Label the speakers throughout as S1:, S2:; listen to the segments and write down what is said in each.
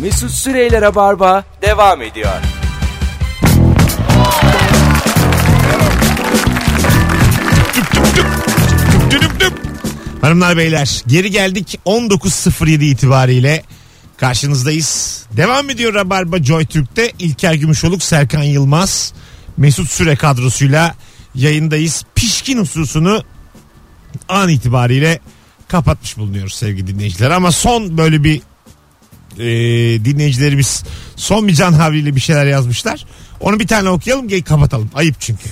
S1: Mesut Süreyler'e barba devam ediyor.
S2: Düdüm düdüm. Hanımlar beyler geri geldik 19.07 itibariyle karşınızdayız. Devam ediyor Rabarba Joy Türk'te İlker Gümüşoluk, Serkan Yılmaz, Mesut Süre kadrosuyla yayındayız. Pişkin hususunu an itibariyle kapatmış bulunuyoruz sevgili dinleyiciler. Ama son böyle bir e, dinleyicilerimiz son bir can havliyle bir şeyler yazmışlar. Onu bir tane okuyalım ki kapatalım. Ayıp çünkü.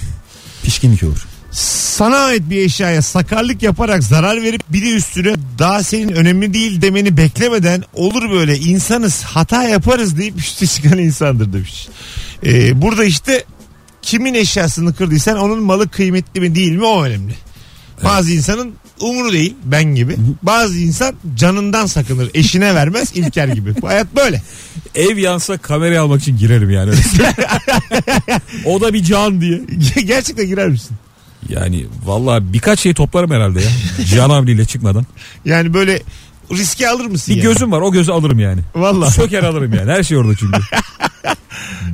S3: Pişkinlik olur.
S2: Sana ait bir eşyaya sakarlık yaparak zarar verip biri üstüne daha senin önemli değil demeni beklemeden olur böyle insanız hata yaparız deyip üstü çıkan insandır demiş. Ee, burada işte kimin eşyasını kırdıysan onun malı kıymetli mi değil mi o önemli. Bazı insanın umuru değil ben gibi. Bazı insan canından sakınır eşine vermez İlker gibi. Bu hayat böyle.
S3: Ev yansa kamerayı almak için girerim yani. Öyle söyleyeyim. o da bir can diye.
S2: Gerçekten girer misin?
S3: Yani valla birkaç şey toplarım herhalde ya. Can abiyle çıkmadan.
S2: Yani böyle riske alır mısın?
S3: Bir
S2: yani?
S3: gözüm var o gözü alırım yani.
S2: Valla.
S3: Söker alırım yani her şey orada çünkü.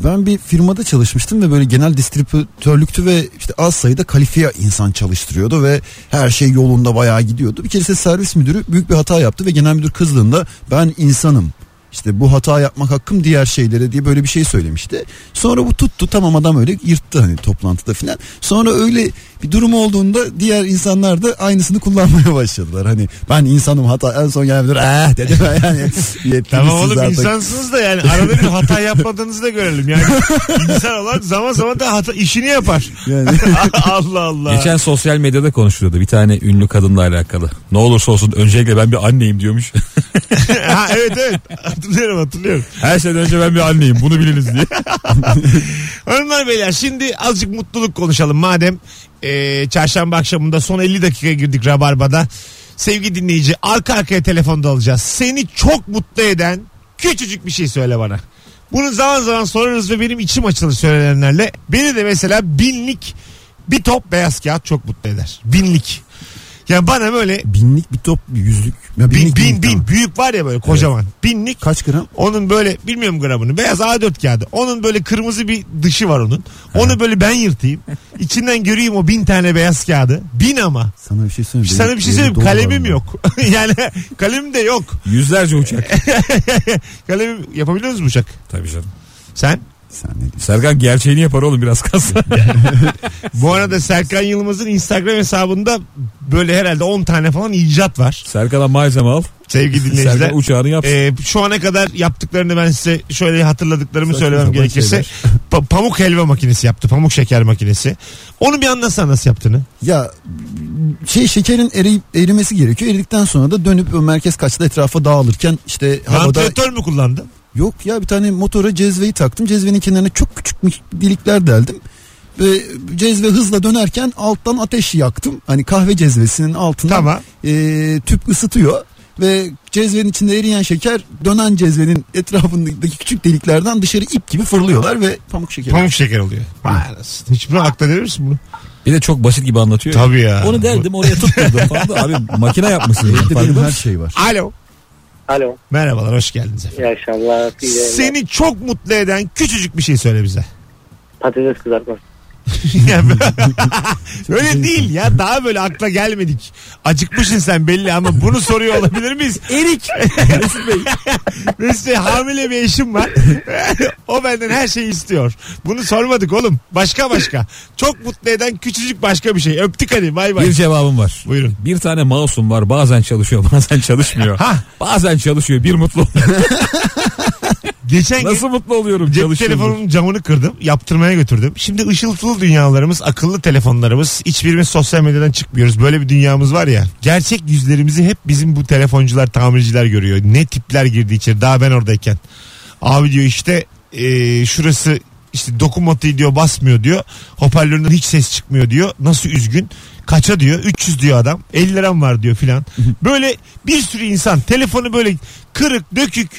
S4: Ben bir firmada çalışmıştım ve böyle genel distribütörlüktü ve işte az sayıda kalifiye insan çalıştırıyordu ve her şey yolunda bayağı gidiyordu. Bir keresinde servis müdürü büyük bir hata yaptı ve genel müdür kızdığında ben insanım. İşte bu hata yapmak hakkım diğer şeylere diye böyle bir şey söylemişti. Sonra bu tuttu tamam adam öyle yırttı hani toplantıda filan. Sonra öyle bir durum olduğunda diğer insanlar da aynısını kullanmaya başladılar. Hani ben insanım hata en son genel müdür eh dedi ben yani yetkilisiz
S2: Tamam oğlum
S4: artık.
S2: insansınız da yani arada bir hata yapmadığınızı da görelim. Yani insan olan zaman zaman da hata işini yapar.
S4: Yani.
S2: Allah Allah.
S3: Geçen sosyal medyada konuşuluyordu bir tane ünlü kadınla alakalı. Ne olursa olsun öncelikle ben bir anneyim diyormuş.
S2: Ha, evet evet hatırlıyorum hatırlıyorum.
S3: her şeyden önce ben bir anneyim bunu biliniz diye.
S2: Hanımlar beyler şimdi azıcık mutluluk konuşalım madem. e, çarşamba akşamında son 50 dakikaya girdik Rabarba'da. Sevgili dinleyici arka arkaya telefonda alacağız. Seni çok mutlu eden küçücük bir şey söyle bana. Bunu zaman zaman sorarız ve benim içim açılır söylenenlerle. Beni de mesela binlik bir top beyaz kağıt çok mutlu eder. Binlik. Yani bana böyle
S4: Binlik bir top yüzlük. Ya
S2: bin bin,
S4: binlik
S2: bin,
S4: binlik tamam.
S2: büyük var ya böyle kocaman. Binlik
S4: Kaç gram?
S2: Onun böyle bilmiyorum gramını beyaz A4 kağıdı. Onun böyle kırmızı bir dışı var onun. Onu böyle ben yırtayım. İçinden göreyim o bin tane beyaz kağıdı. Bin ama.
S4: Sana bir şey söyleyeyim.
S2: Sana
S4: Benim
S2: bir şey
S4: evde
S2: söyleyeyim
S4: dolu
S2: kalemim
S4: var.
S2: yok. yani kalemim de yok.
S3: Yüzlerce uçak.
S2: Kalemim yapabiliyor musun Uçak?
S3: Tabii canım.
S2: Sen?
S4: Sen ne diyorsun?
S3: Serkan gerçeğini yapar oğlum biraz kalsa.
S2: Bu arada Serkan Yılmaz'ın Instagram hesabında böyle herhalde 10 tane falan icat var.
S3: Serkan'a malzeme al.
S2: Sevgili dinleyiciler.
S3: Serkan uçağını yap.
S2: Ee, şu ana kadar yaptıklarını ben size şöyle hatırladıklarımı
S3: Saçma
S2: söylemem
S3: sapan
S2: gerekirse
S3: şeyler.
S2: pa- pamuk helva makinesi yaptı pamuk şeker makinesi onu bir anlatsana nasıl yaptığını
S4: Ya şey şekerin eriyip erimesi gerekiyor. Eridikten sonra da dönüp o merkez kaçta etrafa dağılırken işte havada
S2: vantilatör mü kullandın
S4: yok ya bir tane motora cezveyi taktım. Cezvenin kenarına çok küçük mik- delikler deldim. Ve cezve hızla dönerken alttan ateş yaktım. Hani kahve cezvesinin altından
S2: tamam
S4: e, tüp ısıtıyor ve cezvenin içinde eriyen şeker dönen cezvenin etrafındaki küçük deliklerden dışarı ip gibi fırlıyorlar ve pamuk şekeri.
S2: pamuk şeker oluyor Vay anasını. hiç bunu akla verir misin bunu
S3: Bir de çok basit gibi anlatıyor. ya.
S2: tabii ya
S3: Onu derdim oraya tutturdum falan da abi makine yapmışsın.
S4: Evde
S3: Farkında
S4: benim her
S3: mısın?
S4: şey var.
S2: alo
S5: Alo.
S2: merhabalar hoş geldiniz efendim
S5: İyi akşamlar. iyi yayınlar.
S2: seni çok mutlu eden küçücük bir şey söyle bize
S5: Patates kızartması.
S2: Yani- öyle değil ya daha böyle akla gelmedik acıkmışsın sen belli ama bunu soruyor olabilir miyiz
S3: Erik. Mesut Bey.
S2: Mesela hamile bir eşim var. o benden her şeyi istiyor. Bunu sormadık oğlum. Başka başka. Çok mutlu eden küçücük başka bir şey. Öptük hadi bay bay.
S3: Bir cevabım var.
S2: Buyurun.
S3: Bir tane mouse'um var bazen çalışıyor bazen çalışmıyor.
S2: Ha.
S3: Bazen çalışıyor bir mutlu oluyorum.
S2: Geçen gün
S3: Nasıl mutlu oluyorum
S2: cep
S3: çalışıyorum.
S2: telefonumun camını kırdım. Yaptırmaya götürdüm. Şimdi ışıltılı dünyalarımız, akıllı telefonlarımız. Hiçbirimiz sosyal medyadan çıkmıyoruz. Böyle bir dünyamız var ya. Gerçek yüzlerimizi hep bizim bu telefoncular, tamirciler görüyor. Ne tipler girdi içeri. Daha ben oradayken. Abi diyor işte e, şurası işte dokunmatiği diyor basmıyor diyor. Hoparlöründen hiç ses çıkmıyor diyor. Nasıl üzgün. Kaça diyor? 300 diyor adam. 50 liram var diyor filan. Böyle bir sürü insan telefonu böyle kırık dökük.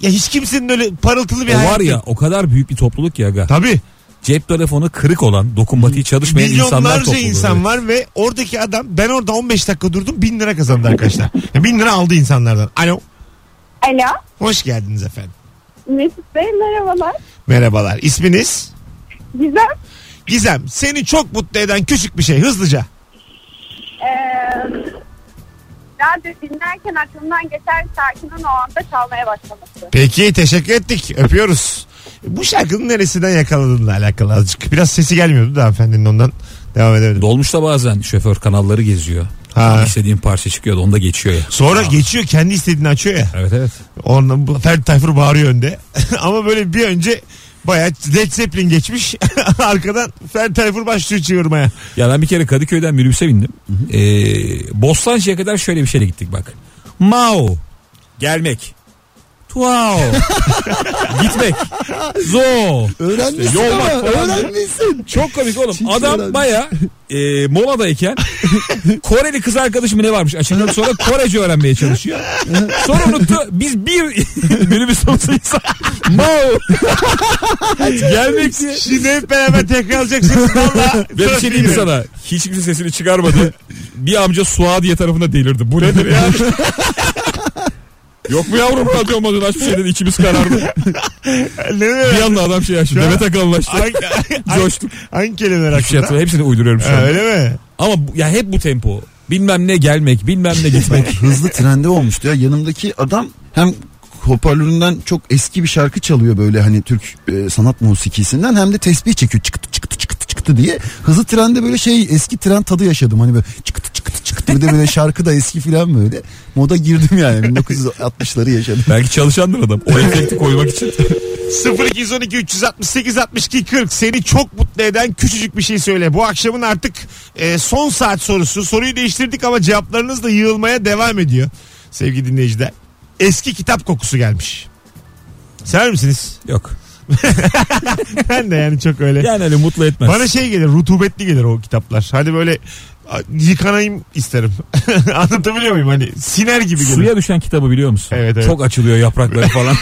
S2: Ya hiç kimsenin öyle parıltılı bir
S3: O
S2: hayatı
S3: var ya o kadar büyük bir topluluk ya aga.
S2: Tabii.
S3: Cep telefonu kırık olan dokunmatiği çalışmayan insanlar
S2: Milyonlarca
S3: topluluğu.
S2: insan var ve oradaki adam ben orada 15 dakika durdum 1000 lira kazandı arkadaşlar. Yani 1000 lira aldı insanlardan. Alo.
S6: Alo.
S2: Hoş geldiniz efendim.
S6: Mesut Bey merhabalar.
S2: Merhabalar. İsminiz?
S6: Gizem
S2: Gizem. Seni çok mutlu eden küçük bir şey hızlıca.
S6: eee Ee, radyo dinlerken aklımdan geçen şarkının o anda çalmaya başlaması.
S2: Peki teşekkür ettik. Öpüyoruz. Bu şarkının neresinden yakaladığınla alakalı azıcık. Biraz sesi gelmiyordu da hanımefendinin ondan devam edemedim.
S3: Dolmuşta bazen şoför kanalları geziyor.
S2: Ha.
S3: İstediğin parça çıkıyor da onda geçiyor ya.
S2: Sonra geçiyor kendi istediğini açıyor ya.
S3: Evet evet.
S2: Ondan bu Ferdi Tayfur bağırıyor önde. Ama böyle bir önce bayağı Led Zeppelin geçmiş. Arkadan Ferdi Tayfur başlıyor çığırmaya.
S3: Ya ben bir kere Kadıköy'den minibüse bindim. Ee, Bostancı'ya kadar şöyle bir şeyle gittik bak. Mao. Gelmek. Tuao. Gitmek. Zo.
S4: Öğrenmişsin
S3: İşte yol
S4: ama,
S3: bak falan.
S4: öğrenmişsin.
S3: Çok komik oğlum.
S4: Çift
S3: Adam
S4: öğrenmiş.
S3: baya e, moladayken Koreli kız arkadaşı mı ne varmış açıkladı sonra Korece öğrenmeye çalışıyor. Sonra unuttu biz bir minibüs olsayız Mao. Gelmek diye.
S2: Şimdi hep beraber tekrarlayacaksınız. Valla.
S3: Ve bir şey diyeyim mi sana? Hiç kimse sesini çıkarmadı. Bir amca Suadiye tarafında delirdi. Bu nedir ya? Yok mu yavrum radyo modunu aç bir şey dedi içimiz karardı.
S2: Ne
S3: Bir
S2: demek?
S3: anda adam şey açtı.
S2: Şu an-
S3: Demet Akalınlaştı.
S2: Hangi, hangi,
S3: Coştuk.
S2: hangi kelimeler
S3: Hiçbir şey
S2: hakkında?
S3: hatırlamıyorum. Hepsini uyduruyorum şu
S2: Ha,
S3: an.
S2: öyle mi?
S3: Ama bu- ya hep bu tempo. Bilmem ne gelmek, bilmem ne gitmek.
S4: Hızlı trende olmuştu ya yanımdaki adam hem hoparlöründen çok eski bir şarkı çalıyor böyle hani Türk e, sanat musikisinden hem de tesbih çekiyor çıktı çıktı çıktı çıktı diye. Hızlı trende böyle şey eski tren tadı yaşadım hani böyle çıktı çıktı çıktı bir de böyle şarkı da eski filan böyle. Moda girdim yani 1960'ları yaşadım.
S3: Belki çalışandır adam. O efekti koymak için.
S2: 0212 368 62 40 seni çok mutlu eden küçücük bir şey söyle. Bu akşamın artık e, son saat sorusu. Soruyu değiştirdik ama cevaplarınız da yığılmaya devam ediyor sevgili dinleyiciler. Eski kitap kokusu gelmiş. Sever misiniz?
S3: Yok.
S2: Ben de yani çok öyle.
S3: Yani öyle mutlu etmez.
S2: Bana şey gelir rutubetli gelir o kitaplar. Hani böyle a, yıkanayım isterim. Anlatabiliyor muyum? Hani siner gibi gelir.
S3: Suya düşen kitabı biliyor musun?
S2: Evet, evet.
S3: Çok açılıyor yaprakları falan.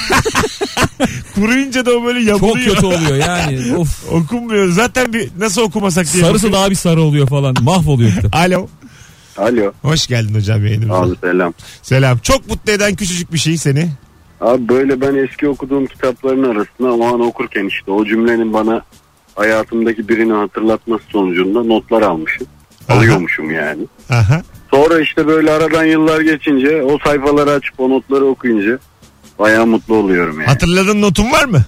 S2: Kuruyunca da o böyle
S3: Çok
S2: yapılıyor.
S3: kötü oluyor yani. Of.
S2: Okunmuyor. Zaten bir nasıl okumasak diye.
S3: Sarısı daha bir sarı oluyor falan. Mahvoluyor kitap.
S2: Alo.
S5: Alo.
S2: Hoş geldin hocam yayınımıza.
S5: Abi selam.
S2: Selam. Çok mutlu eden küçücük bir şey seni.
S5: Abi böyle ben eski okuduğum kitapların arasında o an okurken işte o cümlenin bana hayatımdaki birini hatırlatması sonucunda notlar almışım.
S2: Aha.
S5: Alıyormuşum yani.
S2: Aha.
S5: Sonra işte böyle aradan yıllar geçince o sayfaları açıp o notları okuyunca bayağı mutlu oluyorum yani.
S2: Hatırladığın notun var mı?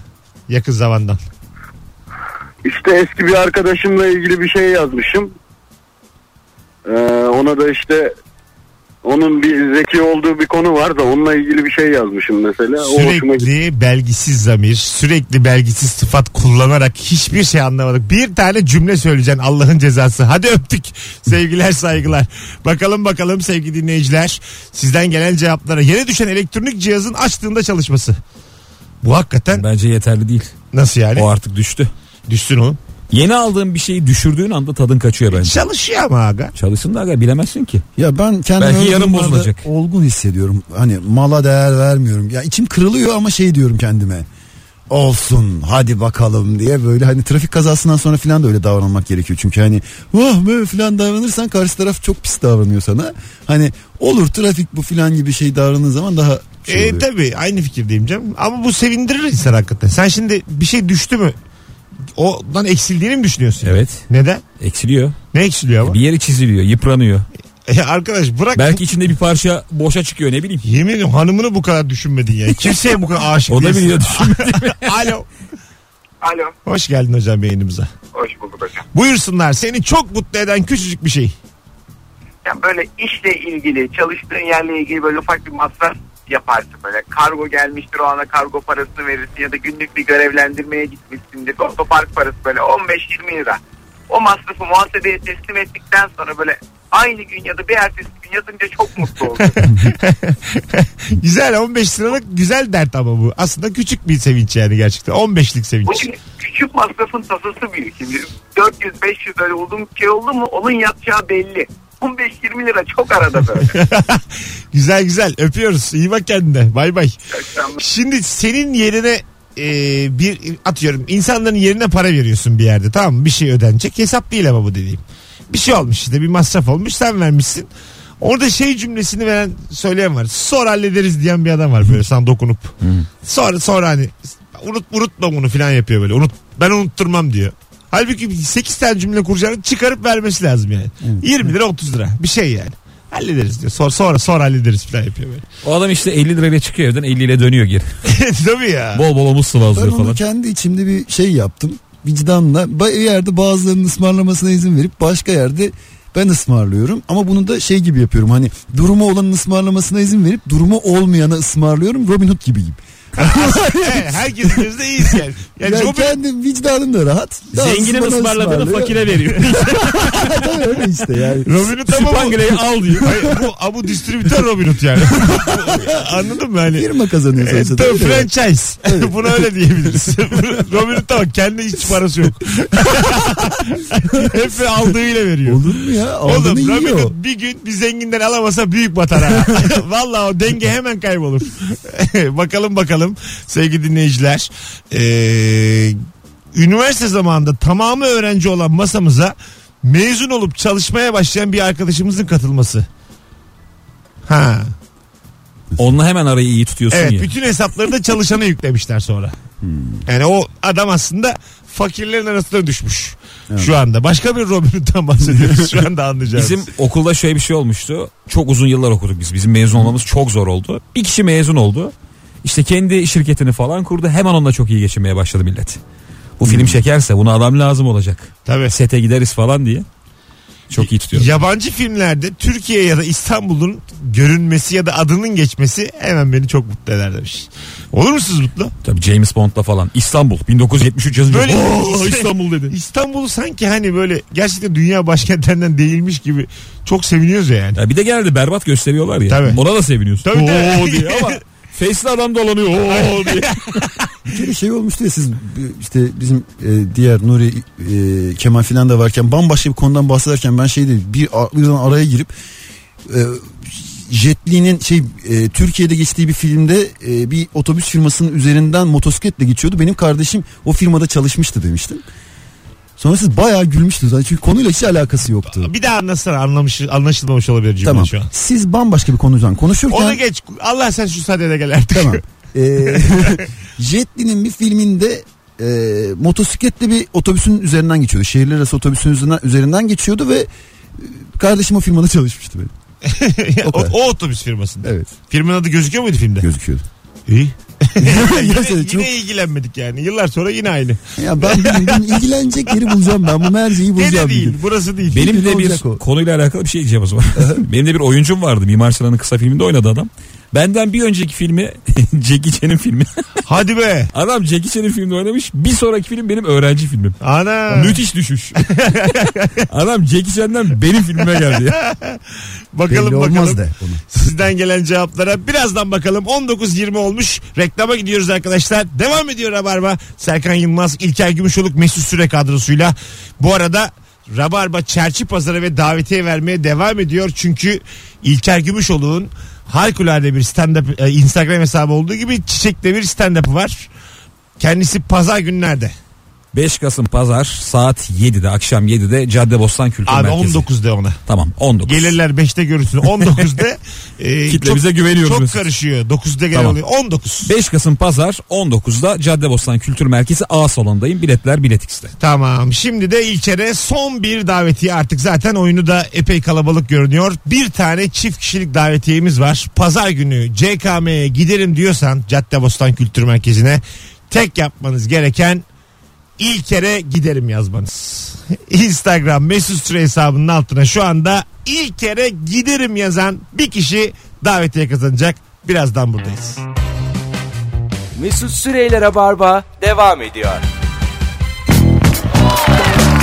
S2: Yakın zamandan.
S5: İşte eski bir arkadaşımla ilgili bir şey yazmışım. Ee, ona da işte onun bir zeki olduğu bir konu var da onunla ilgili bir şey yazmışım mesela. O hoşuma gitti.
S2: Sürekli belgisiz zamir, sürekli belgisiz sıfat kullanarak hiçbir şey anlamadık. Bir tane cümle söyleyeceksin Allah'ın cezası. Hadi öptük. Sevgiler saygılar. Bakalım bakalım sevgili dinleyiciler. Sizden gelen cevaplara. Yere düşen elektronik cihazın açtığında çalışması. Bu hakikaten
S3: Bence yeterli değil.
S2: nasıl yani?
S3: O artık düştü.
S2: Düşsün oğlum.
S3: Yeni aldığın bir şeyi düşürdüğün anda tadın kaçıyor bence.
S2: Çalışıyor ama aga. E,
S3: Çalışsın da aga bilemezsin ki.
S4: Ya ben kendimi
S3: Belki
S4: öyle
S3: yarın
S4: durumlarda
S3: bozulacak.
S4: Olgun hissediyorum. Hani mala değer vermiyorum. Ya içim kırılıyor ama şey diyorum kendime. Olsun hadi bakalım diye böyle hani trafik kazasından sonra filan da öyle davranmak gerekiyor. Çünkü hani vah be filan davranırsan karşı taraf çok pis davranıyor sana. Hani olur trafik bu filan gibi şey davrandığı zaman daha şey
S2: E,
S4: oluyor.
S2: tabii aynı fikirdeyim canım. Ama bu sevindirir insan hakikaten. Sen şimdi bir şey düştü mü? Ondan eksildiğini mi düşünüyorsun?
S3: Evet. E,
S2: Neden?
S3: Eksiliyor.
S2: Ne eksiliyor ama?
S3: Bir yeri çiziliyor, yıpranıyor.
S2: E, arkadaş bırak.
S3: Belki içinde bir parça boşa çıkıyor ne bileyim.
S2: Yemin ediyorum hanımını bu kadar düşünmedin ya. Kimseye bu kadar aşık
S3: O da
S2: değilsin.
S3: biliyor düşünmedi.
S2: Alo.
S7: Alo.
S2: Hoş geldin hocam yayınımıza.
S7: Hoş bulduk hocam.
S2: Buyursunlar seni çok mutlu eden küçücük bir şey.
S7: Ya böyle işle ilgili, çalıştığın yerle ilgili böyle ufak bir masraf yaparsın böyle. Kargo gelmiştir o ana kargo parasını verirsin ya da günlük bir görevlendirmeye gitmişsindir. Otopark parası böyle 15-20 lira. O masrafı muhasebeye teslim ettikten sonra böyle aynı gün ya da bir ertesi gün yatınca çok mutlu oldum.
S2: Güzel 15 liralık güzel dert ama bu. Aslında küçük bir sevinç yani gerçekten. 15'lik
S7: Bu
S2: sevinç.
S7: çünkü küçük masrafın tasası büyük şimdi. 400-500 öyle uzun bir şey oldu mu onun yatacağı belli. 15-20 lira çok arada böyle.
S2: Güzel güzel öpüyoruz. İyi bak kendine. Bay bay.
S7: Akşamlar.
S2: Şimdi senin yerine e, bir atıyorum insanların yerine para veriyorsun bir yerde tamam mı? Bir şey ödenecek. Hesap değil ama bu dediğim. Bir şey olmuş işte bir masraf olmuş sen vermişsin. Orada şey cümlesini veren söyleyen var. Sonra hallederiz diyen bir adam var böyle sana dokunup. Sonra sonra hani unut unutma bunu falan yapıyor böyle. Unut ben unutturmam diyor. Halbuki 8 tane cümle kuracağını çıkarıp vermesi lazım yani. 20 lira 30 lira bir şey yani. Hallederiz diyor. Sonra sonra sonra hallederiz falan yapıyor böyle.
S3: O adam işte 50 lirayla çıkıyor evden 50 ile dönüyor geri.
S2: Tabii ya.
S3: Bol bol omuz
S4: Ben
S3: sıvazlıyor
S4: onu
S3: falan.
S4: kendi içimde bir şey yaptım. Vicdanla ba- bir yerde bazılarının ısmarlamasına izin verip başka yerde ben ısmarlıyorum ama bunu da şey gibi yapıyorum hani durumu olanın ısmarlamasına izin verip durumu olmayana ısmarlıyorum Robin Hood gibiyim.
S2: Evet, Herkes gözde iyiyiz yani. Yani,
S4: Yani
S2: Robin-
S4: kendi vicdanım da rahat.
S3: Zenginin
S4: Bazısı bana
S3: ısmarladığını
S4: ısmarlıyor.
S3: fakire veriyor.
S4: Tabii öyle işte yani.
S2: Robin Hood ama bu-
S3: Spangley'i al diyor.
S2: Hayır, bu, a, bu distribütör Robin Hood yani. Anladın mı? Hani,
S4: Firma kazanıyor
S2: E,
S4: sonuçta.
S2: tabii
S4: değil mi?
S2: franchise. Buna öyle diyebiliriz. Robin Hood tamam kendi hiç parası yok. Hep aldığıyla veriyor.
S4: Olur mu ya? Aldığını
S2: Oğlum Robin
S4: yiyor.
S2: Hood bir gün bir zenginden alamasa büyük batar ha. Valla o denge hemen kaybolur. bakalım bakalım sevgili dinleyiciler. Ee, üniversite zamanında tamamı öğrenci olan masamıza mezun olup çalışmaya başlayan bir arkadaşımızın katılması. Ha.
S3: Onunla hemen arayı iyi tutuyorsun
S2: Evet
S3: ya.
S2: bütün hesapları da çalışana yüklemişler sonra. Yani o adam aslında fakirlerin arasına düşmüş. Şu anda. Başka bir Robin Hood'dan bahsediyoruz şu anda anlayacağız.
S3: Bizim okulda şöyle bir şey olmuştu. Çok uzun yıllar okuduk biz. Bizim mezun olmamız çok zor oldu. Bir kişi mezun oldu. İşte kendi şirketini falan kurdu. Hemen onunla çok iyi geçinmeye başladı millet. Bu
S2: Hmm.
S3: film çekerse buna adam lazım olacak.
S2: Tabii.
S3: Sete gideriz falan diye. Çok iyi tutuyor.
S2: Yabancı filmlerde Türkiye ya da İstanbul'un görünmesi ya da adının geçmesi hemen beni çok mutlu eder demiş. Olur musunuz mutlu?
S3: Tabii James Bond'la falan. İstanbul 1973 yazınca.
S2: Böyle-
S3: "Oo, İstanbul dedi.
S2: İstanbul'u sanki hani böyle gerçekten dünya başkentlerinden değilmiş gibi çok seviniyoruz ya yani.
S3: Ya bir de genelde berbat gösteriyorlar ya.
S2: Tabii.
S3: Ona da seviniyorsun.
S2: Tabii, tabii.
S3: Oo diye ama face'li adam dolanıyor. Oo diye.
S4: Bir şey olmuştu ya siz bir- işte bizim e, diğer Nuri e, Kemal filan da varken bambaşka bir konudan bahsederken ben şey dedim bir a- birden araya girip e, Jetli'nin şey e, Türkiye'de geçtiği bir filmde e, bir otobüs firmasının üzerinden motosikletle geçiyordu. Benim kardeşim o firmada çalışmıştı demiştim. Sonra siz bayağı gülmüştünüz. Hani çünkü konuyla hiç alakası yoktu.
S2: Bir daha anlatsana anlamış, anlaşılmamış olabilir cümle
S4: Tamam.
S2: şu an.
S4: Siz bambaşka bir konudan konuşurken
S2: Onu geç. Allah sen şu sahnede gel artık.
S4: Tamam. Ee, Jetli'nin bir filminde e, motosikletle bir otobüsün üzerinden geçiyordu. Şehirler arası otobüsün üzerinden, üzerinden geçiyordu ve e, kardeşim o firmada çalışmıştı benim.
S2: o,
S4: kadar.
S2: o otobüs firmasında.
S4: Evet.
S2: Firmanın adı gözüküyor muydu filmde?
S4: Gözüküyordu.
S2: İyi.
S4: Gerçekten
S2: Yine,
S4: çok-
S2: yine ilgilenmedik yani. Yıllar sonra yine aynı.
S4: Ya ben bunun, bunun ilgilenecek yeri bulacağım ben. Bu merceği
S2: Ne de
S4: bulacağım. bir
S2: değil.
S4: gün.
S2: Burası değil.
S3: Benim
S4: Filmi
S3: de bir
S4: olacak o.
S3: konuyla alakalı bir şey diyeceğim o zaman. Benim de bir oyuncum vardı. Mimar Sinan'ın kısa filminde oynadı adam. Benden bir önceki filmi Jackie Chan'in filmi.
S2: Hadi be.
S3: Adam Jackie Chan'in filminde oynamış. Bir sonraki film benim öğrenci filmim.
S2: Ana.
S3: Müthiş düşüş. adam Jackie Chan'den benim filmime geldi. ya.
S2: Bakalım
S4: Belli
S2: bakalım.
S4: olmaz de. Onu.
S2: Sizden gelen cevaplara birazdan bakalım. 19.20 olmuş. Reklama gidiyoruz arkadaşlar. Devam ediyor Rabarba. Serkan Yılmaz, İlker Gümüşoluk, Mesut Süre kadrosuyla. Bu arada Rabarba çerçi pazarı ve davetiye vermeye devam ediyor. Çünkü İlker Gümüşoluk'un harikulade bir stand-up e, Instagram hesabı olduğu gibi çiçekte bir stand-up'ı var. Kendisi pazar günlerde.
S3: 5 Kasım Pazar saat 7'de akşam 7'de Caddebostan Kültür
S2: Abi
S3: Merkezi.
S2: 19'da ona.
S3: Tamam 19.
S2: Gelirler 5'te görürsün. 19'da e,
S3: Kitlemize güveniyoruz
S2: Çok
S3: Mesut.
S2: karışıyor. 9'da gelen
S3: Tamam.
S2: oluyor. 19.
S3: 5 Kasım Pazar 19'da Caddebostan Kültür Merkezi A salondayım. Biletler Biletix'te.
S2: Tamam. Şimdi de İlker'e son bir davetiye artık zaten oyunu da epey kalabalık görünüyor. Bir tane çift kişilik davetiyemiz var. Pazar günü CKM'ye giderim diyorsan Caddebostan Kültür Merkezi'ne tek yapmanız gereken İlker'e giderim yazmanız. Instagram mesut süre hesabının altına şu anda İlker'e giderim yazan bir kişi davetiye kazanacak. Birazdan buradayız.
S1: Mesut Süreyler'e barba devam ediyor.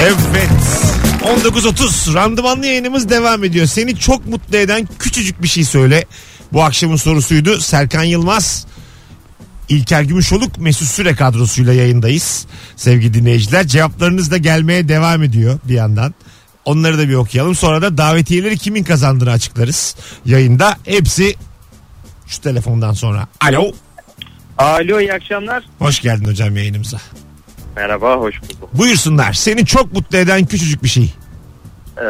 S2: Evet. 19.30 randımanlı yayınımız devam ediyor. Seni çok mutlu eden küçücük bir şey söyle. Bu akşamın sorusuydu. Serkan Yılmaz, İlker Gümüşoluk, Mesut Süre kadrosuyla yayındayız. Sevgili dinleyiciler cevaplarınız da gelmeye devam ediyor bir yandan. Onları da bir okuyalım. Sonra da davetiyeleri kimin kazandığını açıklarız. Yayında hepsi şu telefondan sonra. Alo.
S8: Alo iyi akşamlar.
S2: Hoş geldin hocam yayınımıza.
S8: Merhaba hoş bulduk.
S2: Buyursunlar. Seni çok mutlu eden küçücük bir şey.
S8: Ee,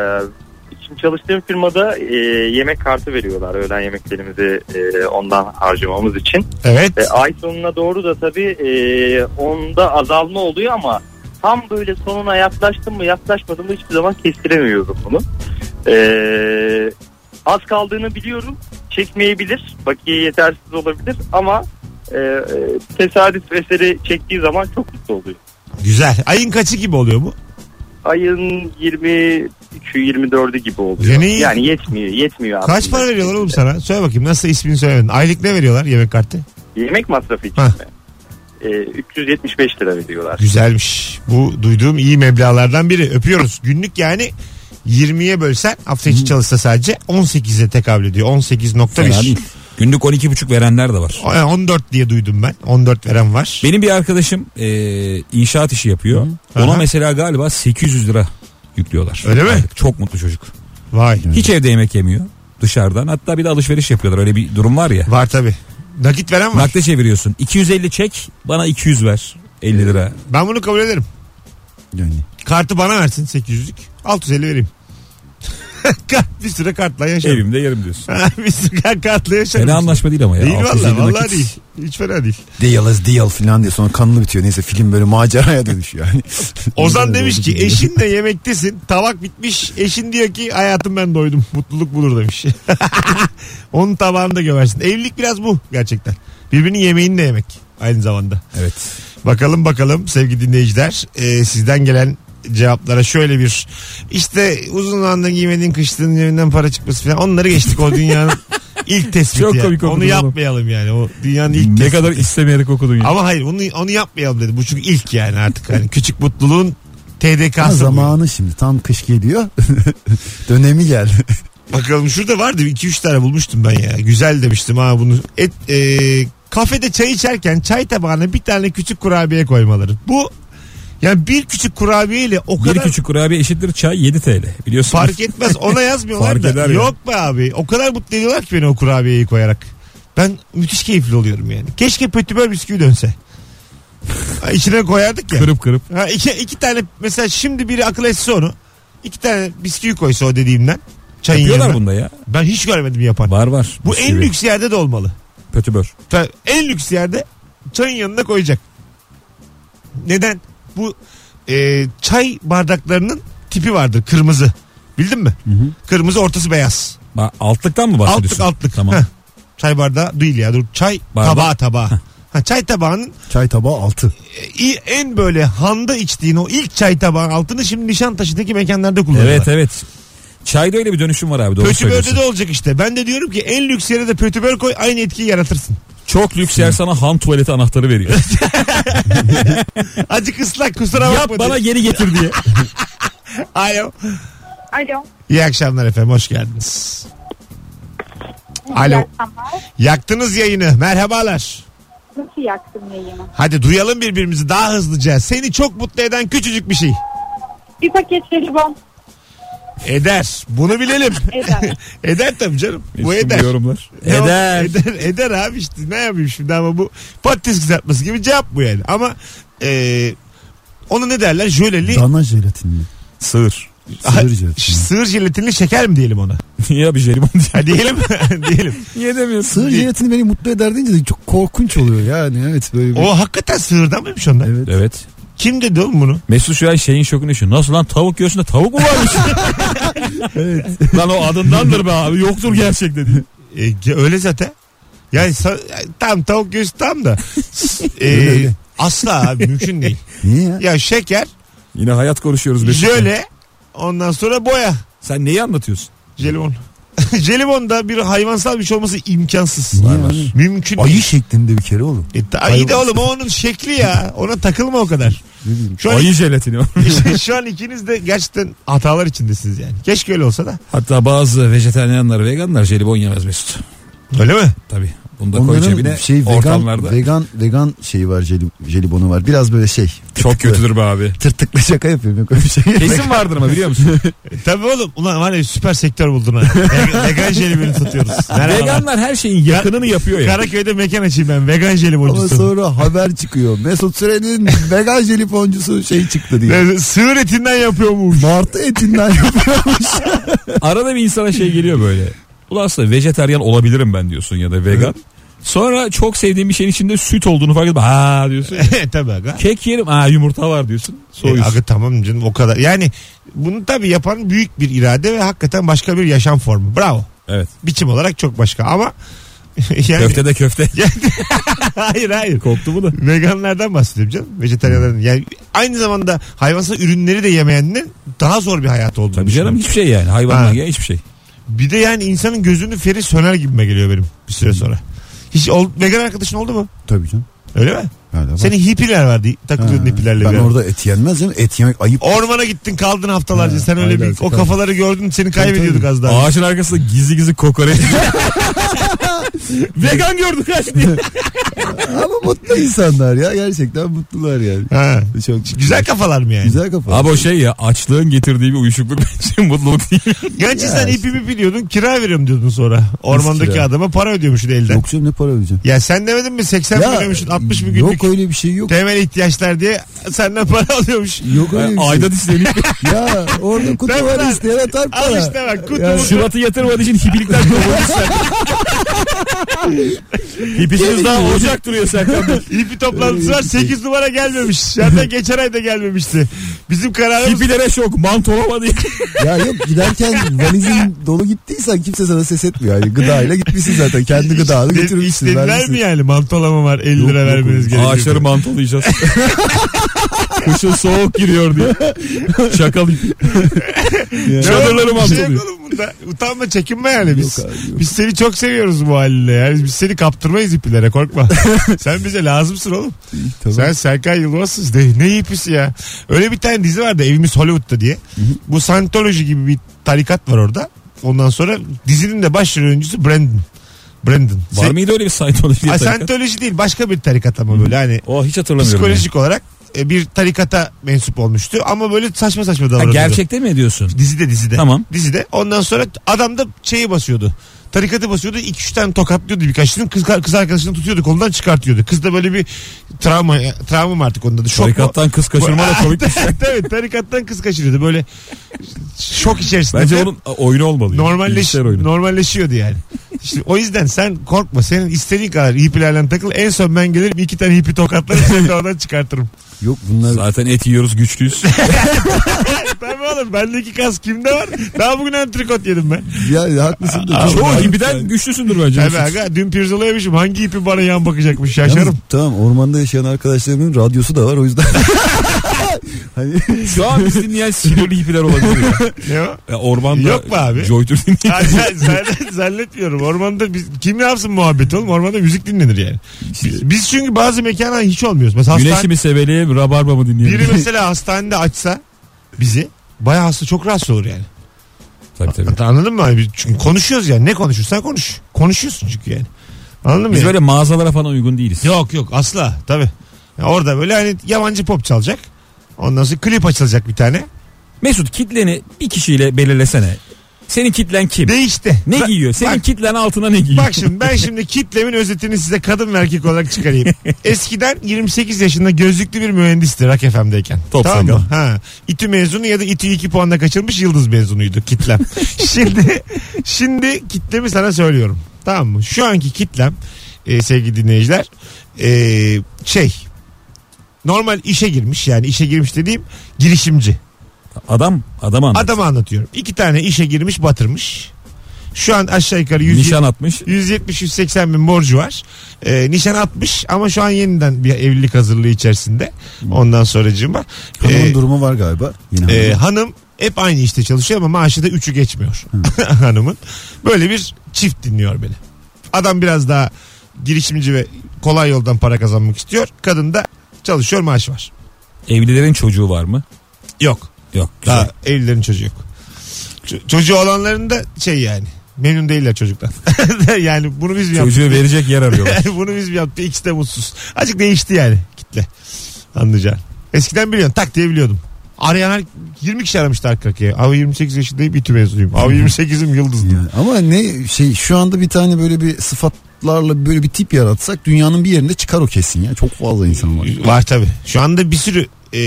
S8: Şimdi çalıştığım firmada e, yemek kartı veriyorlar öğlen yemeklerimizi e, ondan harcamamız için.
S2: Evet.
S8: E, ay sonuna doğru da tabii e, onda azalma oluyor ama tam böyle sonuna yaklaştım mı yaklaşmadım mı hiçbir zaman kestiremiyorum bunu. E, az kaldığını biliyorum. Çekmeyebilir. Bakiye yetersiz olabilir ama e, e, tesadüf eseri çektiği zaman çok mutlu oluyor.
S2: Güzel. Ayın kaçı gibi oluyor bu?
S8: Ayın 23'ü 24'ü gibi oluyor.
S2: Yani-
S8: Yani, yetmiyor. Yetmiyor aslında.
S2: Kaç para veriyorlar oğlum sana? Söyle bakayım nasıl ismini söylemedin. Aylık ne veriyorlar yemek kartı?
S8: Yemek masrafı için
S2: Hah.
S8: mi? Ee, 375 lira veriyorlar.
S2: Güzelmiş. Bu duyduğum iyi meblağlardan biri. Öpüyoruz. Günlük yani 20'ye bölsen hafta içi çalışsa sadece 18'e tekabül ediyor.
S4: Fena
S2: 18.1.
S4: değil.
S3: Günlük 12,5 verenler de var.
S2: O- 14 diye duydum ben. 14 veren var.
S3: Benim bir arkadaşım eee, inşaat işi yapıyor.
S2: Hı.
S3: Ona
S2: Aha.
S3: mesela galiba 800 lira yüklüyorlar.
S2: Öyle mi?
S3: Aylık. Çok mutlu çocuk.
S2: Vay.
S3: Hiç evde yemek yemiyor dışarıdan. Hatta bir de alışveriş yapıyorlar. Öyle bir durum var ya.
S2: Var tabi. Nakit veren var.
S3: Nakde çeviriyorsun. 250 çek bana 200 ver. 50 lira.
S2: Ben bunu kabul ederim.
S4: Yani.
S2: Kartı bana versin 800'lük. 650 vereyim. Kart bir süre kartla yaşarım.
S3: Evimde yerim diyorsun.
S2: bir süre kartla yaşarım.
S3: Fena anlaşma değil ama ya.
S2: Değil valla
S3: 650
S2: valla
S3: nakit.
S2: değil. Hiç fena değil.
S4: Deal deal falan diye sonra kanlı bitiyor. Neyse film böyle maceraya dönüşüyor. Yani.
S2: Ozan demiş ki eşinle yemektesin tabak bitmiş eşin diyor ki hayatım ben doydum mutluluk budur demiş. Onun tabağını da gömersin. Evlilik biraz bu gerçekten. Birbirinin yemeğini de yemek aynı zamanda.
S3: Evet.
S2: Bakalım bakalım sevgili dinleyiciler e, sizden gelen cevaplara şöyle bir işte uzun zamandır giymediğin kışlığın cebinden para çıkması falan onları geçtik o dünyanın ilk tespiti.
S3: Çok
S2: yani.
S3: komik oldu
S2: Onu
S3: oğlum.
S2: yapmayalım yani o dünyanın ilk
S3: ne
S2: tespiti.
S3: kadar istemeyerek okudun ya.
S2: Ama hayır onu, onu yapmayalım dedi. Bu çünkü ilk yani artık. Hani küçük mutluluğun
S4: Ha,
S2: TDK'sı. bu.
S4: zamanı şimdi tam kış geliyor. Dönemi geldi.
S2: Bakalım şurada vardı 2-3 tane bulmuştum ben ya. Güzel demiştim ha bunu. Et, e, kafede çay içerken çay tabağına bir tane küçük kurabiye koymaları. Bu yani bir küçük kurabiye ile o
S3: Bir
S2: kadar
S3: küçük kurabiye eşittir çay 7 TL. Biliyorsun.
S2: fark etmez. Ona yazmıyorlar
S3: Fark
S2: da.
S3: eder ya.
S2: Yok be abi. O kadar mutlu ediyorlar ki beni o kurabiyeyi koyarak. Ben müthiş keyifli oluyorum yani. Keşke pötübör bisküvi dönse. Ha, İçine koyardık ya.
S3: Kırıp kırıp.
S2: Ha, iki, iki tane mesela şimdi biri akıl etse onu. iki tane bisküvi koysa o dediğimden. Çayın
S3: Yapıyorlar
S2: yanına.
S3: bunda ya.
S2: Ben hiç görmedim yapan.
S3: Var var.
S2: Bu
S3: Mis
S2: en
S3: gibi.
S2: lüks yerde de olmalı.
S3: Pötübör.
S2: Ta- En lüks yerde çayın yanına koyacak. Neden? Bu e, çay bardaklarının tipi vardır kırmızı. Bildin mi? Kırmızı ortası beyaz.
S3: Ba- Altlıktan mı
S2: Altlık
S3: bahsediyorsun?
S2: altlık.
S3: Tamam.
S2: Heh. Çay bardağı değil ya dur çay
S3: Bardak.
S2: tabağı tabağı. Ha, çay tabağının
S4: Çay tabağı altı.
S2: i- en böyle handa içtiğin o ilk çay tabağı altını şimdi Nişantaşı'ndaki mekanlarda kullanıyorlar.
S3: Evet evet. Çayda öyle bir dönüşüm var abi. Doğru
S2: Pötübörde
S3: söylüyorsun.
S2: de olacak işte. Ben de diyorum ki en lüks yere de pötübör koy aynı etkiyi yaratırsın.
S3: Çok lüks yer sana ham tuvaleti anahtarı veriyor.
S2: Acık ıslak kusura
S3: Yap
S2: bakma.
S3: bana
S2: diye.
S3: geri getir diye.
S2: Alo.
S6: Alo.
S2: İyi akşamlar efendim hoş geldiniz. Alo.
S6: akşamlar.
S2: Yaktınız yayını merhabalar.
S6: Nasıl yaktım yayını?
S2: Hadi duyalım birbirimizi daha hızlıca. Seni çok mutlu eden küçücük bir şey.
S6: Bir paket jelibon
S2: Eder. Bunu bilelim.
S6: eder.
S2: eder tabii canım. Bu
S3: Şimdi
S2: eder.
S3: Yorumlar.
S2: Ne o-
S3: Eder.
S2: eder. Eder abi işte ne yapayım şimdi ama bu patates kızartması gibi cevap bu yani. Ama e, ona ne derler? Jöleli
S4: Dana jelatinli.
S3: Sığır.
S4: Sığır
S2: Ş-
S4: jelatinli.
S2: Sığır jelatinli şeker mi diyelim ona?
S3: ya bir jelibon diye.
S2: Ha, diyelim diyelim.
S3: Niye demiyorsun?
S4: Sığır jelatini beni mutlu eder deyince de çok korkunç oluyor yani. Evet böyle bir...
S2: O hakikaten sığırdan mıymış onlar?
S4: Evet.
S3: Evet.
S2: Kim dedi oğlum bunu?
S3: Mesut şu an şeyin şokunu şu. Nasıl lan tavuk yiyorsun da tavuk mu varmış? evet. Lan o adındandır be abi. Yoktur gerçekten diye.
S2: E, ge- öyle zaten. Yani sa- yani tam tavuk göğsü tam da. E,
S4: Öyle, öyle.
S2: asla abi mümkün değil.
S4: Niye ya?
S2: Ya şeker,
S3: Yine hayat konuşuyoruz. Mesut'la.
S2: jöle, ondan sonra boya.
S3: Sen neyi anlatıyorsun?
S2: Jelibon. Jelibon da bir hayvansal bir şey olması imkansız.
S4: Niye abi?
S2: Mümkün
S4: Ayı
S2: değil.
S4: şeklinde bir kere oğlum.
S2: E, ta- iyi de oğlum o onun şekli ya. Ona takılma o kadar. Şu an,
S3: Ayı jelatini.
S2: şu an ikiniz de gerçekten hatalar içindesiniz yani. Keşke öyle olsa da.
S3: Hatta bazı vejetaryenler, veganlar jelibon yemez Mesut.
S2: Öyle mi?
S3: Tabii. Bunu da koy
S4: Onların
S3: cebine.
S4: şey
S3: ortamlarda.
S4: vegan, vegan vegan şeyi var jeli- jelibonu var. Biraz böyle şey.
S3: Çok kötüdür be abi.
S4: Tırtıklı şaka yapıyorum. Yok öyle bir şey.
S3: Kesin vardır ama biliyor musun?
S2: E, Tabii oğlum. Ulan var ya süper sektör buldun ha. Ve- vegan jelibini satıyoruz. Merhabalar.
S3: Veganlar her şeyin yakınını yapıyor ya.
S2: Karaköy'de mekan açayım ben. Vegan
S4: Ama
S2: jeliboncusu.
S4: sonra haber çıkıyor. Mesut Süren'in vegan jeliponcusu şey çıktı diye.
S2: Ee, Sığır etinden yapıyormuş.
S4: Martı etinden yapıyormuş.
S3: Arada bir insana şey geliyor böyle. Ulan aslında vejeteryan olabilirim ben diyorsun ya da vegan. Sonra çok sevdiğin bir şeyin içinde süt olduğunu fark edip ha diyorsun.
S2: Tabii aga.
S3: Kek yerim. Ha yumurta var diyorsun.
S2: E,
S3: Soyuyorsun.
S2: aga tamam canım o kadar. Yani bunu tabii yapan büyük bir irade ve hakikaten başka bir yaşam formu. Bravo.
S3: evet.
S2: Biçim olarak çok başka ama yani,
S3: Köfte de köfte.
S2: hayır hayır.
S3: Koptu bu da.
S2: Veganlardan bahsediyorum canım. Vejetaryenlerden. Yani aynı zamanda hayvansal ürünleri de yemeyenin daha zor bir hayat olduğunu
S3: Tabii canım
S2: düşünüyorum.
S3: hiçbir şey yani.
S2: Ha.
S3: Hayvandan gelen hiçbir şey.
S2: Bir de yani insanın gözünü feri söner gibime geliyor benim bir süre sonra. Hiç ol- vegan arkadaşın oldu mu?
S4: Tabii canım.
S2: Öyle mi?
S4: Hala var.
S2: Senin hippiler vardı. Takılıyordun
S4: Ha,
S2: hippilerle.
S4: Ben
S2: bir ara.
S4: orada et yenmez canım. Et yemek ayıp.
S2: Ormana gittin kaldın haftalarca.
S4: Ha,
S2: Sen öyle
S4: aynen,
S2: bir o
S4: tabii.
S2: kafaları gördün seni kaybediyorduk az daha.
S3: Ağaçın arkasında gizli gizli kokoreç. Vegan gördük ha şimdi.
S4: Ama mutlu insanlar ya. Gerçekten mutlular yani.
S2: Ha.
S4: Çok
S2: Güzel kafalar mı yani?
S4: Güzel kafa.
S3: Abi o şey ya açlığın getirdiği bir uyuşukluk bence mutluluk değil.
S2: Gerçi sen ipi mi biliyordun kira veriyorum diyordun sonra. Ormandaki
S4: kira?
S2: adama para ödüyormuşsun elden.
S4: Yok canım ne para ödeyeceğim.
S2: Ya sen demedin mi 80 mi ödüyormuşsun 60 mı günlük
S4: Yok öyle bir şey yok.
S2: temel ihtiyaçlar diye senden para alıyormuş.
S4: Yok öyle bir şey.
S3: Ayda istenip
S4: Ya orada kutu
S2: Tabii
S4: var
S2: lan.
S4: isteyen atar para.
S2: Al işte bak kutu
S4: Ya
S2: mutu.
S3: Şubat'ı yatırmadığı için hipilikler kovalıyor sen. Hipişiniz daha ocak duruyor Serkan Bey.
S2: İpi toplantısı var 8 numara gelmemiş. Zaten geçen ay da gelmemişti. Bizim kararımız
S3: Hipilere şok mantolama diye.
S4: Ya yok giderken valizin dolu gittiysen kimse sana ses etmiyor. Yani gıdayla gitmişsin zaten. Kendi gıdanı
S2: İşte-
S4: götürmüşsün.
S2: İstediler
S4: vermişsin.
S2: mi yani mantolama var 50 lira
S4: yok,
S2: vermeniz gerekiyor.
S3: Ağaçları mantolayacağız. Kışın soğuk giriyor diye. Şakal ipi. Çadırları
S2: Bir şey
S3: mantoluyum.
S2: yok oğlum bunda. Utanma çekinme yani biz.
S4: Yok abi, yok.
S2: Biz seni çok seviyoruz bu haline. Yani biz seni kaptırmayız ipilere korkma. Sen bize lazımsın oğlum.
S4: Tamam.
S2: Sen Serkan Yılmaz'sın. Ne, ne ipisi ya. Öyle bir tane dizi vardı evimiz Hollywood'da diye. Bu Scientology gibi bir tarikat var orada. Ondan sonra dizinin de başrol oyuncusu Brandon. Brandon.
S3: Var mıydı öyle bir Scientology diye
S2: Ha,
S3: tarikat?
S2: Scientology değil başka bir tarikat ama böyle hani
S3: O hiç hatırlamıyorum.
S2: psikolojik olarak e, bir tarikata mensup olmuştu ama böyle saçma saçma
S3: ya. Ha,
S2: davranıyordu.
S3: gerçekte mi ediyorsun?
S2: Dizide dizide.
S3: Tamam.
S2: Dizide. Ondan sonra adam da şeyi basıyordu. Tarikatı basıyordu. 2-3 tane tokatlıyordu birkaç tane. Kız, kız arkadaşını tutuyordu. Kolundan çıkartıyordu. Kız da böyle bir travma, travma mı artık onda da. Şok mu?
S3: Tarikattan kız kaçırma da komik bir şey.
S2: Tabii tarikattan kız kaçırıyordu. Böyle şok içerisinde.
S3: Bence onun oyunu olmalı. ya.
S2: Normalleş,
S3: Bilgisayar oyunu.
S2: normalleşiyordu yani. İşte o yüzden sen korkma. Senin istediğin kadar hippilerle takıl. En son ben gelirim iki tane hippi tokatlarım seni de oradan çıkartırım.
S4: Yok bunlar
S3: Zaten et yiyoruz güçlüyüz.
S2: Tabii oğlum bendeki kas kimde var? Daha bugün antrikot yedim ben.
S4: ya haklısın da.
S2: Aa,
S4: çok-
S3: Çoğu hibiden güçlüsündür bence.
S2: Tabii aga dün pirzola yemişim. Hangi ipi bana yan bakacakmış
S4: Yalnız,
S2: şaşarım.
S4: tamam ormanda yaşayan arkadaşlarımın radyosu da var o yüzden. hani
S3: Şu an biz dinleyen sinirli hipiler olabilir. ya.
S2: Ne o?
S3: Ya ormanda
S2: Yok be abi.
S3: Joytür
S2: Ha,
S3: dinleyen.
S2: sen- sen- Zannetmiyorum. Ormanda biz, kim ne yapsın muhabbet oğlum? Ormanda müzik dinlenir yani. Biz, biz çünkü bazı mekana hiç olmuyoruz. Mesela
S3: Güneşi
S2: hastane,
S3: mi seveli, rabarba mı dinleyelim?
S2: biri mesela hastanede açsa bizi bayağı hasta çok rahatsız olur yani.
S3: Tabii tabii.
S2: Hatta anladın mı? abi? Çünkü konuşuyoruz yani. Ne konuşursan konuş. Konuşuyorsun çünkü yani. Anladın mı?
S3: Biz
S2: yani?
S3: böyle mağazalara falan uygun değiliz.
S2: Yok yok asla tabii. Ya orada böyle hani yabancı pop çalacak. Ondan sonra klip açılacak bir tane.
S3: Mesut kitleni bir kişiyle belirlesene. Senin kitlen kim?
S2: Değişti.
S3: ne
S2: Bak-
S3: giyiyor? Senin
S2: bak-
S3: kitlen altına ne giyiyor?
S2: Bak şimdi ben şimdi kitlemin özetini size kadın ve erkek olarak çıkarayım. Eskiden 28 yaşında gözlüklü bir mühendisti Rock FM'deyken.
S3: Top
S2: tamam mı?
S3: sakal.
S2: Ha. İTÜ mezunu ya da İTÜ 2 puanla kaçırmış yıldız mezunuydu kitlem. şimdi şimdi kitlemi sana söylüyorum. Tamam mı? Şu anki kitlem e, sevgili dinleyiciler e, şey normal işe girmiş yani işe girmiş dediğim girişimci.
S3: Adam, adam anlat.
S2: Adamı anlatıyorum. İki tane işe girmiş batırmış. Şu an aşağı yukarı 100
S3: Nişan atmış.
S2: 170-180 bin borcu var. Ee, nişan atmış ama şu an yeniden bir evlilik hazırlığı içerisinde. Ondan sonracığıma.
S4: hanımın
S2: Ee,
S4: durumu var galiba. Yine hani
S2: e,
S4: hanım.
S2: hanım hep aynı işte çalışıyor ama maaşı da 3'ü geçmiyor hanımın. Böyle bir çift dinliyor beni. Adam biraz daha girişimci ve kolay yoldan para kazanmak istiyor. Kadın da çalışıyor maaşı var.
S3: Evlilerin çocuğu var mı?
S2: Yok.
S3: Yok. Güzel.
S2: Daha evlilerin çocuğu yok. Ç- çocuğu olanların da şey yani Memnun değiller çocuktan. yani bunu biz mi yaptık?
S3: Çocuğu verecek yer arıyorlar.
S2: bunu biz mi yaptık? İkisi de mutsuz. Azıcık değişti yani kitle. Anlayacaksın. Eskiden biliyorsun tak diye biliyordum. Arayan her- 20 kişi aramıştı arka arkaya. Abi 28 yaşındayım İTÜ mezunuyum. Abi 28'im yıldızım.
S4: Yani ama ne şey şu anda bir tane böyle bir sıfatlarla böyle bir tip yaratsak dünyanın bir yerinde çıkar o kesin ya. Çok fazla insan var.
S2: Var tabi. Şu anda bir sürü e,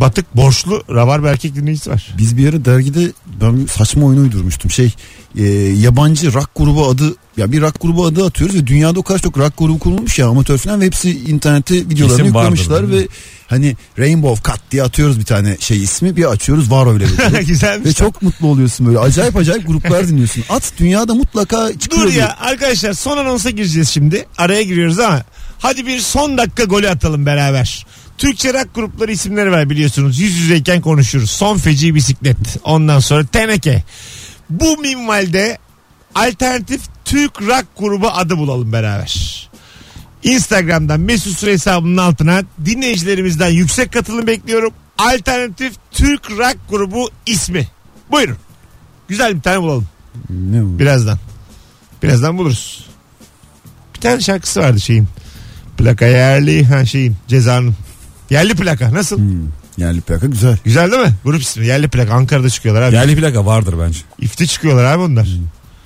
S2: batık borçlu ravar erkek dinleyicisi var.
S4: Biz bir ara dergide ben saçma oyunu uydurmuştum. Şey e, yabancı rock grubu adı ya bir rock grubu adı atıyoruz ve dünyada o kadar çok rock grubu kurulmuş ya amatör falan ve hepsi internette videolarını
S3: Kesin vardır,
S4: yüklemişler
S3: değil
S4: ve hani Rainbow Cut diye atıyoruz bir tane şey ismi bir açıyoruz var öyle bir grup.
S2: Güzelmiş.
S4: Ve çok mutlu oluyorsun böyle. Acayip acayip gruplar dinliyorsun. At dünyada mutlaka çıkıyor.
S2: Dur
S4: böyle.
S2: ya arkadaşlar son anonsa gireceğiz şimdi. Araya giriyoruz ama hadi bir son dakika golü atalım beraber. Türkçe rock grupları isimleri var biliyorsunuz. Yüz yüzeyken konuşuruz. Son feci bisiklet. Ondan sonra teneke. Bu minvalde alternatif Türk rock grubu adı bulalım beraber. Instagram'dan Mesut Süre hesabının altına dinleyicilerimizden yüksek katılım bekliyorum. Alternatif Türk rock grubu ismi. Buyurun. Güzel bir tane bulalım.
S4: Ne bu?
S2: Birazdan. Birazdan buluruz. Bir tane şarkısı vardı şeyin. Plaka yerli ha şeyin cezanın. Yerli plaka nasıl?
S3: Hmm.
S4: Yerli plaka güzel.
S2: Güzel değil mi? Grup ismi yerli plaka Ankara'da çıkıyorlar abi.
S3: Yerli plaka vardır bence.
S2: İfti çıkıyorlar abi onlar.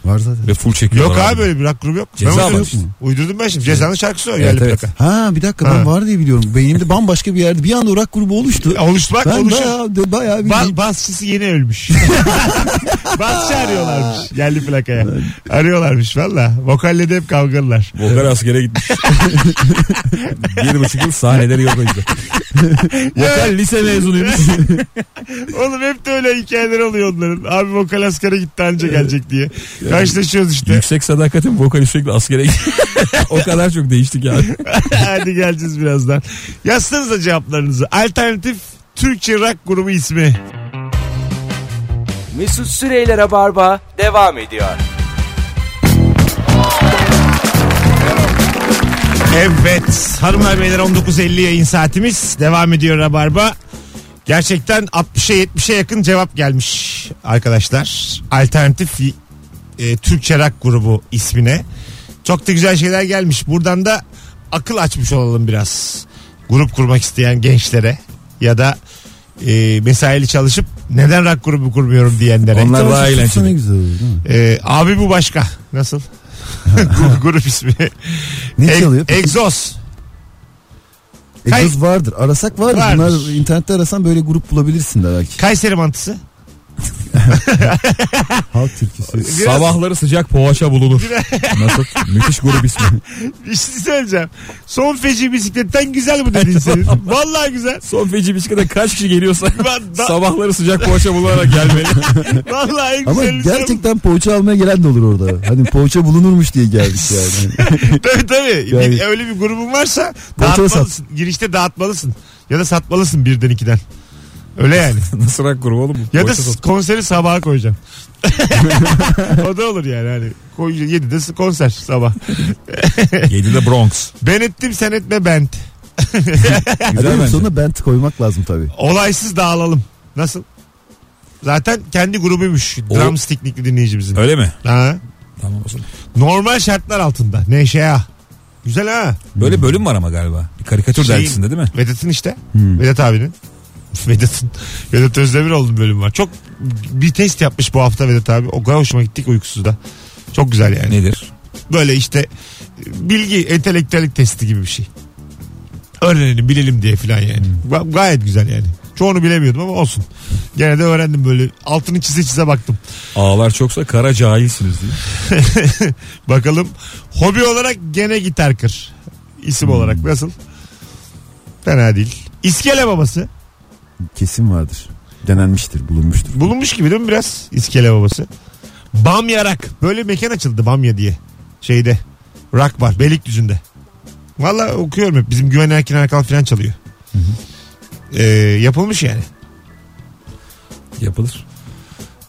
S4: Var zaten.
S3: Ve full çekiyorlar.
S2: Yok abi böyle bir rock grubu yok.
S3: Hmm,
S2: Ben
S3: Ceza
S2: uydurdum.
S3: var işte.
S2: Uydurdum ben şimdi. Cezanın şarkısı o
S3: Evet,
S2: yerli
S3: evet.
S2: plaka.
S4: Ha bir dakika
S2: Ha.
S4: ben var diye biliyorum. Beynimde bambaşka bir yerde bir anda orak grubu oluştu.
S2: Oluş bak
S4: Ben
S2: oluşur.
S4: bayağı, de- bayağı bir... şey-
S2: Ba- basçısı yeni ölmüş. Basçı arıyorlarmış yerli plakaya. Arıyorlarmış valla. Vokalle de hep kavgalılar.
S3: Bulgar askere gitmiş. bir buçuk yıl sahneleri yok o yüzden. Vokal lise mezunuymuş.
S2: Oğlum hep de öyle hikayeler oluyor onların. Abi vokal askere gitti anca gelecek diye. Karşılaşıyoruz işte.
S3: Yüksek sadakatin vokali sürekli askere gitti. o kadar çok değiştik yani.
S2: Hadi geleceğiz birazdan. Yazsanıza cevaplarınızı. Alternatif Türkçe rock grubu ismi.
S1: Mesut Süreyler'e barba devam ediyor.
S2: Evet hanımlar beyler 19.50 yayın saatimiz devam ediyor Rabarba. Gerçekten 60'a 70'e yakın cevap gelmiş arkadaşlar. Alternatif e, Türkçe rock grubu ismine. Çok da güzel şeyler gelmiş. Buradan da akıl açmış olalım biraz. Grup kurmak isteyen gençlere ya da e, mesaili çalışıp neden rock grubu kurmuyorum diyenlere.
S3: Onlar daha
S4: Sana
S3: eğlenceli.
S4: güzel olur, değil mi?
S2: E, abi bu başka. Nasıl? Grup- grup ismi.
S4: Ne çalıyor?
S2: Egzoz. Egzoz. Kay-
S4: Egzoz vardır. Arasak vardır.
S2: Vardır.
S4: Bunlar internette arasan böyle grup bulabilirsin de belki.
S2: Kayseri mantısı.
S4: Halk türküsü.
S3: Sabahları sıcak poğaça bulunur. Nasıl? Müthiş grup ismi.
S2: Bir şey söyleyeceğim. Son feci bisikletten güzel bu dediğin senin. Vallahi güzel.
S3: Son feci bisiklete kaç kişi geliyorsa
S2: Ben da-
S3: sabahları sıcak poğaça bulunarak gelmeli.
S2: Vallahi en
S4: Ama
S2: güzel. şey.
S4: gerçekten poğaça almaya gelen de olur orada. Hani poğaça bulunurmuş diye geldik yani.
S2: tabii tabii. Bir-
S4: Yani-
S2: öyle bir grubun varsa
S4: Poğaça da
S2: dağıtmalısın. Girişte dağıtmalısın. Ya da satmalısın birden ikiden. Öyle yani.
S3: Nasıl rock grubu oğlum? bu?
S2: Ya da
S3: Poğaça satıyor.
S2: konseri sabaha koyacağım. o da olur yani. Hani koy, 7'de konser sabah.
S3: 7'de Bronx.
S2: Ben ettim sen etme band.
S3: Güzel
S4: Adamın
S3: bence.
S4: sonuna Hani bent koymak lazım tabii.
S2: Olaysız dağılalım. Nasıl? Zaten kendi grubuymuş.
S3: O-
S2: Drums teknikli dinleyicimizin.
S3: Öyle mi?
S2: Ha.
S3: Tamam o zaman.
S2: Normal şartlar altında. Neşe ha. Güzel ha.
S3: Böyle bölüm var ama galiba. Bir karikatür
S2: Şeyin-
S3: dergisinde değil mi? Hmm.
S2: Vedat'ın işte. Vedat abinin. Vedat'ın. Vedat Özdemiroğlu'nun bölümü var. Çok bir test yapmış bu hafta Vedat abi. O kadar hoşuma gittik uykusuzda. Çok güzel yani.
S3: Nedir?
S2: Böyle işte bilgi entelektüellik testi gibi bir şey. Öğrenelim bilelim diye filan yani.
S3: Hmm.
S2: Ga- gayet güzel yani. Çoğunu bilemiyordum ama olsun. Gene de öğrendim böyle. Altını çize çize baktım.
S3: Ağlar çoksa kara cahilsiniz diye.
S2: Bakalım. Hobi olarak gene gitar kır. İsim olarak nasıl? Fena değil. İskele babası.
S4: Kesin vardır. Denenmiştir, bulunmuştur.
S2: Bulunmuş gibi değil mi biraz? İskele babası. Bamyarak. Böyle mekan açıldı Bamya diye. Şeyde. Rock var. Beylikdüzü'nde. Valla okuyorum hep. Bizim Güven Erkin Arkal falan çalıyor. Ee, yapılmış yani.
S3: Yapılır.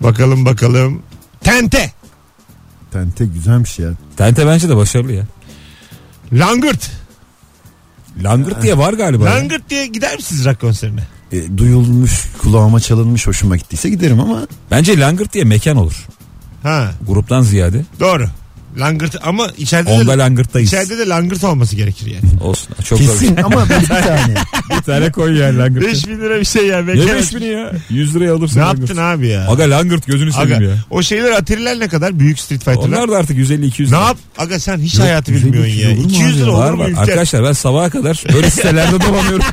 S2: Bakalım bakalım. Tente.
S4: Tente güzelmiş şey ya.
S3: Tente bence de başarılı ya.
S2: Langırt.
S3: Langırt diye var galiba. ya.
S2: Langırt diye gider misiniz rock konserine?
S4: E, duyulmuş, kulağıma çalınmış, hoşuma gittiyse giderim ama
S3: Bence Langırt diye mekan olur.
S2: Ha
S3: Gruptan ziyade.
S2: doğru. Langırt ama içeride
S3: Onda
S2: de,
S3: langırttayız.
S2: içeride de langırt olması gerekir yani.
S3: Olsun. Çok şey.
S4: Kesin ama böyle bir tane.
S3: zor. Bir tane koy yani langırtı.
S2: 5000 lira bir şey ya.
S3: Ne
S2: bekar-
S3: 5 bini ya? 100 liraya alırsın.
S2: Ne
S3: langırt.
S2: yaptın abi ya?
S3: Aga langırt gözünü
S2: Aga,
S3: seveyim ya.
S2: o şeyler atariler ne kadar büyük Street Fighter'lar.
S3: Onlar da artık 150-200
S2: Ne
S3: lira.
S2: yap? Aga sen hiç
S4: Yok,
S2: hayatı
S4: 150
S2: bilmiyorsun ya.
S4: olur mu
S2: 200
S4: abi?
S2: lira
S3: Var
S2: olur mu
S3: var.
S2: Ülker?
S3: Arkadaşlar ben sabaha kadar böyle sitelerde dolanıyorum.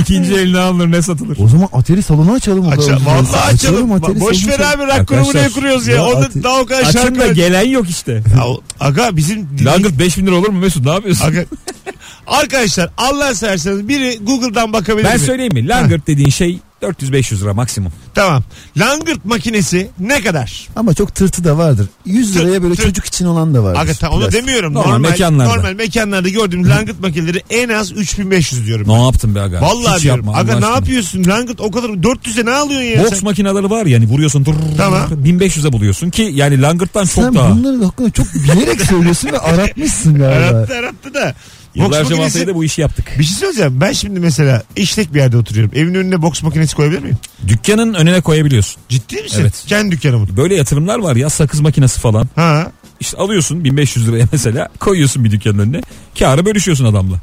S3: İkinci eline alınır ne satılır.
S4: O zaman ateri salonu açalım.
S2: Aça, vallahi açalım.
S4: atari
S2: Boş
S4: salonu
S2: ver abi rock
S3: Arkadaşlar,
S2: grubu ne kuruyoruz ya?
S4: ya
S2: Onun
S4: atari-
S2: daha o kadar
S3: Açın
S2: şarkı.
S3: da gelen yok işte.
S2: Ya o- Aga bizim
S3: Langırt 5000 lira olur mu Mesut ne yapıyorsun?
S2: Aga- Arkadaşlar Allah severseniz biri Google'dan bakabilir
S3: ben
S2: mi?
S3: söyleyeyim mi? Langırt dediğin şey 400-500 lira maksimum.
S2: Tamam. Langırt makinesi ne kadar?
S4: Ama çok tırtı da vardır. 100 liraya böyle
S2: Tır-
S4: çocuk için olan da vardır.
S2: Aga ta- onu
S4: Biraz.
S2: demiyorum.
S3: Normal
S2: Normal,
S3: mekanlarda.
S2: Normal mekanlarda gördüğüm langırt makineleri en az 3500 diyorum.
S3: Ne yaptın be aga?
S2: Vallahi
S3: Hiç
S2: diyorum.
S3: yapma,
S2: Aga
S3: Allah
S2: ne
S3: aşkına.
S2: yapıyorsun? Langırt o kadar 400'e ne alıyorsun ya?
S3: Boks
S2: sen?
S3: makineleri var yani vuruyorsun durr,
S2: Tamam.
S3: 1500'e buluyorsun ki yani langırttan çok
S4: Sen
S3: daha.
S4: bunların hakkında çok bilerek söylüyorsun ve aratmışsın galiba.
S2: Arattı arattı da. Boks
S3: Yıllarca
S2: makinesi...
S3: Malatya'da bu işi yaptık.
S2: Bir şey söyleyeceğim. Ben şimdi mesela işlek bir yerde oturuyorum. Evin önüne boks makinesi koyabilir miyim?
S3: Dükkanın önüne koyabiliyorsun.
S2: Ciddi misin?
S3: Evet.
S2: Kendi dükkanımın.
S3: Böyle yatırımlar var ya sakız makinesi falan.
S2: Ha.
S3: İşte alıyorsun 1500 liraya mesela koyuyorsun bir dükkanın önüne. Kârı bölüşüyorsun adamla.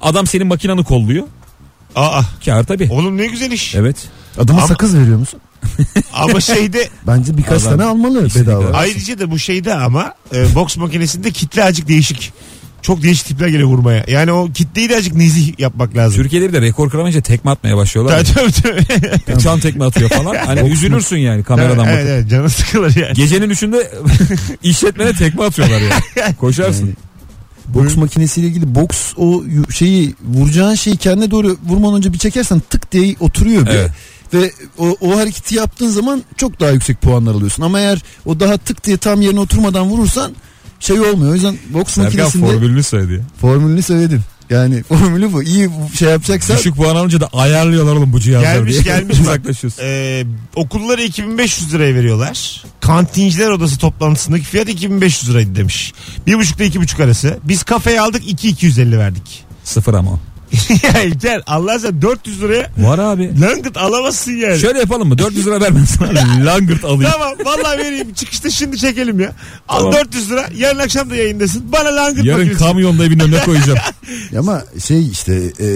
S3: Adam senin makinanı kolluyor.
S2: Aa.
S3: Kâr tabii.
S2: Oğlum ne güzel iş.
S3: Evet.
S4: Adama
S2: Ama-
S4: sakız veriyor musun?
S2: Ama şeyde
S4: Bence birkaç
S3: Adam-
S4: tane almalı
S3: İstediği
S4: bedava.
S3: kadar.
S2: ayrıca da bu şeyde ama e, boks makinesinde kitle acık değişik. Çok değişik tipler geliyor vurmaya. Yani o kitleyi de acık nezih yapmak lazım.
S3: Türkiye'de bir de rekor kıramayınca tekme atmaya başlıyorlar.
S2: Tabii tabii tabii.
S3: ya. Çan tekme atıyor falan. Hani üzülürsün yani kameradan
S2: evet,
S3: bakıp.
S2: evet, canı sıkılır yani.
S3: Gecenin üçünde işletmene tekme atıyorlar ya. Koşarsın.
S4: Boks makinesiyle ilgili boks o yu- şeyi vuracağın şeyi kendine doğru vurmadan önce bir çekersen tık diye oturuyor bir.
S3: Evet.
S4: Ve o, o hareketi yaptığın zaman çok daha yüksek puanlar alıyorsun. Ama eğer o daha tık diye tam yerine oturmadan vurursan şey olmuyor. O yüzden boks
S3: Serkan
S4: makinesinde
S3: formülünü söyledi ya.
S4: formülünü söyledim. Yani formülü bu. İyi şey yapacaksan
S3: Düşük puan alınca da ayarlıyorlar oğlum bu cihazları
S2: Gelmiş,
S3: diye.
S2: gelmiş bak.
S3: Uzaklaşıyorsun.
S2: Ee, okullara 2500 liraya veriyorlar. Kantinciler odası toplantısındaki fiyat 2500 liraydı demiş. 1,5 ile 2,5 arası. Biz kafeye aldık 2250 verdik.
S3: Sıfır ama. o.
S2: ya İlker Allah sen 400 liraya
S3: Var abi.
S2: langırt alamazsın yani.
S3: Şöyle yapalım mı? 400 lira vermem sana. Langırt alayım.
S2: Tamam vallahi vereyim çıkışta şimdi çekelim ya. Al
S3: Tamam.
S2: 400 lira yarın akşam da yayındasın. Bana langırt
S3: Yarın
S2: makinesi.
S3: kamyonda evin önüne koyacağım.
S4: Ama şey işte e,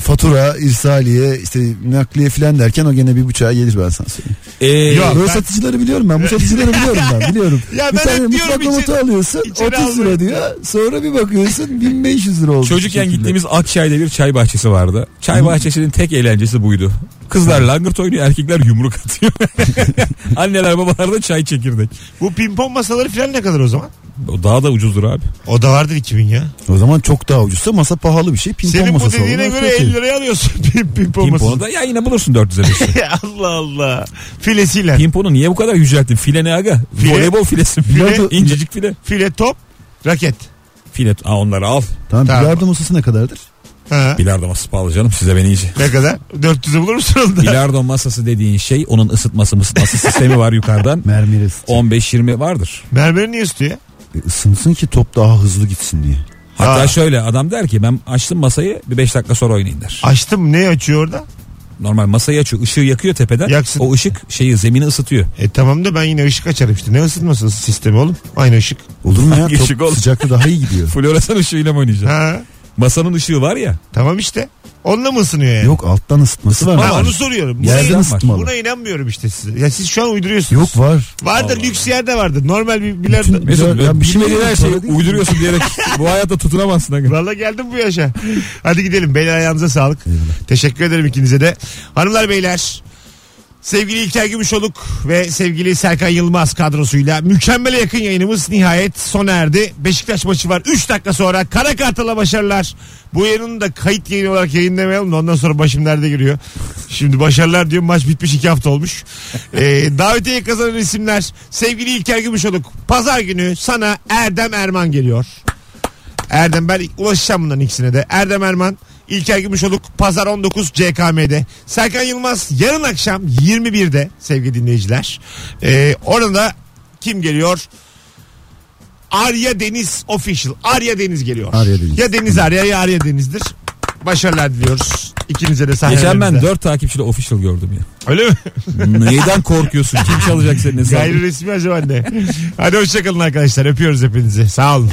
S4: fatura, irsaliye, işte nakliye falan derken o gene bir buçağa gelir ben sana söyleyeyim.
S3: Ee,
S2: Yok.
S4: Böyle
S2: ben-
S4: satıcıları biliyorum ben. Bu satıcıları biliyorum ben. Biliyorum.
S2: Ya
S4: bir
S2: ben
S4: tane
S2: hep diyorum
S4: mutfak
S2: içeri-
S4: notu alıyorsun.
S2: içeri
S4: 30
S2: almayın.
S4: lira diyor. Sonra bir bakıyorsun 1500 lira oldu.
S3: çocukken
S4: Bu şekilde.
S3: gittiğimiz Akçay'da bir çay bahçesi vardı. Çay bahçesinin tek eğlencesi buydu. Kızlar langırt oynuyor, erkekler yumruk atıyor. Anneler babalar da çay çekirdek.
S2: Bu pimpon masaları falan ne kadar o zaman?
S3: O daha da ucuzdur abi.
S2: O da vardır 2000 ya.
S4: O zaman çok daha ucuzsa masa pahalı bir şey. Pimpon
S2: Senin bu
S4: masası
S2: dediğine
S4: olmak
S2: göre
S4: çok iyi.
S2: 50 liraya alıyorsun pim- pimpon
S3: Pimponu
S2: masasını.
S3: da ya yine bulursun 400 lira.
S2: Allah Allah. Filesiyle.
S3: Pimponu niye bu kadar yücelttin? File ne aga?
S2: File.
S3: Voleybol filesi.
S2: File.
S3: İncecik file.
S2: File top raket.
S3: File. Aa, onları al.
S4: Tamam,
S2: Tamam.
S4: bilardo masası ne kadardır?
S2: Ha.
S3: Bilardo masası pahalı canım size beni iyice.
S2: Ne kadar? 400'ü bulur musun onda?
S3: Bilardo masası dediğin şey onun ısıtması ısıtması sistemi var yukarıdan.
S4: Mermi ısıtıyor.
S3: 15-20 vardır.
S2: Mermeri niye istiyor?
S4: E, ısınsın ki top daha hızlı gitsin diye.
S3: Hatta
S2: Ha.
S3: şöyle adam der ki ben açtım masayı bir 5 dakika sonra oynayın der.
S2: Açtım ne açıyor orada?
S3: Normal masayı açıyor ışığı yakıyor tepeden.
S2: Yaksın.
S3: O ışık şeyi zemini ısıtıyor.
S2: E tamam da ben yine ışık açarım işte. Ne ısıtması ısı sistemi oğlum? Aynı ışık.
S4: Olur mu ya?
S3: Hangi ışık
S4: Top
S3: oğlum?
S4: sıcakta daha iyi gidiyor.
S3: Floresan ışığıyla mı oynayacağım?
S2: Ha.
S3: Masanın ışığı var ya.
S2: Tamam işte. Onunla mı ısınıyor yani?
S4: Yok alttan ısıtması var.
S2: Ha,
S4: Var.
S2: onu soruyorum. Buna,
S4: Yerden
S3: var.
S4: ısıtmalı.
S2: buna inanmıyorum işte size. Ya siz şu an uyduruyorsunuz.
S4: Yok var.
S2: Vardır
S3: Allah
S2: lüks yerde vardır. Normal bir bilardo.
S4: Bütün- Ya-
S3: Mesut
S4: ya
S3: ya,
S4: bir şey
S3: bilmediğin her
S4: yok,
S3: şeyi
S4: para değil.
S3: uyduruyorsun diyerek bu hayatta tutunamazsın. aga.
S2: Valla geldim bu yaşa. Hadi gidelim. Beyler ayağınıza sağlık. Teşekkür ederim ikinize de. Hanımlar beyler. Sevgili İlker Gümüşoluk ve sevgili Serkan Yılmaz kadrosuyla mükemmele yakın yayınımız nihayet sona erdi. Beşiktaş maçı var. 3 dakika sonra kara kartala başarılar. Bu yayını da kayıt yayını olarak yayınlamayalım da ondan sonra başım nerede giriyor. Şimdi başarılar diyorum maç bitmiş 2 hafta olmuş. Ee, davetiye kazanan isimler sevgili İlker Gümüşoluk. Pazar günü sana Erdem Erman geliyor. Erdem ben ulaşacağım bunların ikisine de. Erdem Erman, İlker Gümüşoluk, Pazar 19 CKM'de. Serkan Yılmaz yarın akşam 21'de sevgili dinleyiciler. Ee, orada kim geliyor? Arya Deniz Official. Arya Deniz geliyor.
S4: Arya Deniz.
S2: Ya Deniz Arya ya Arya Deniz'dir. Başarılar diliyoruz. İkinize de sahnelerinizde.
S3: Geçen ben 4 takipçiyle official gördüm ya.
S2: Öyle mi?
S3: Neyden korkuyorsun? Kim çalacak senin
S2: Gayri
S3: hesabını?
S2: resmi acaba ne? Hadi hoşçakalın arkadaşlar. Öpüyoruz hepinizi. Sağ olun.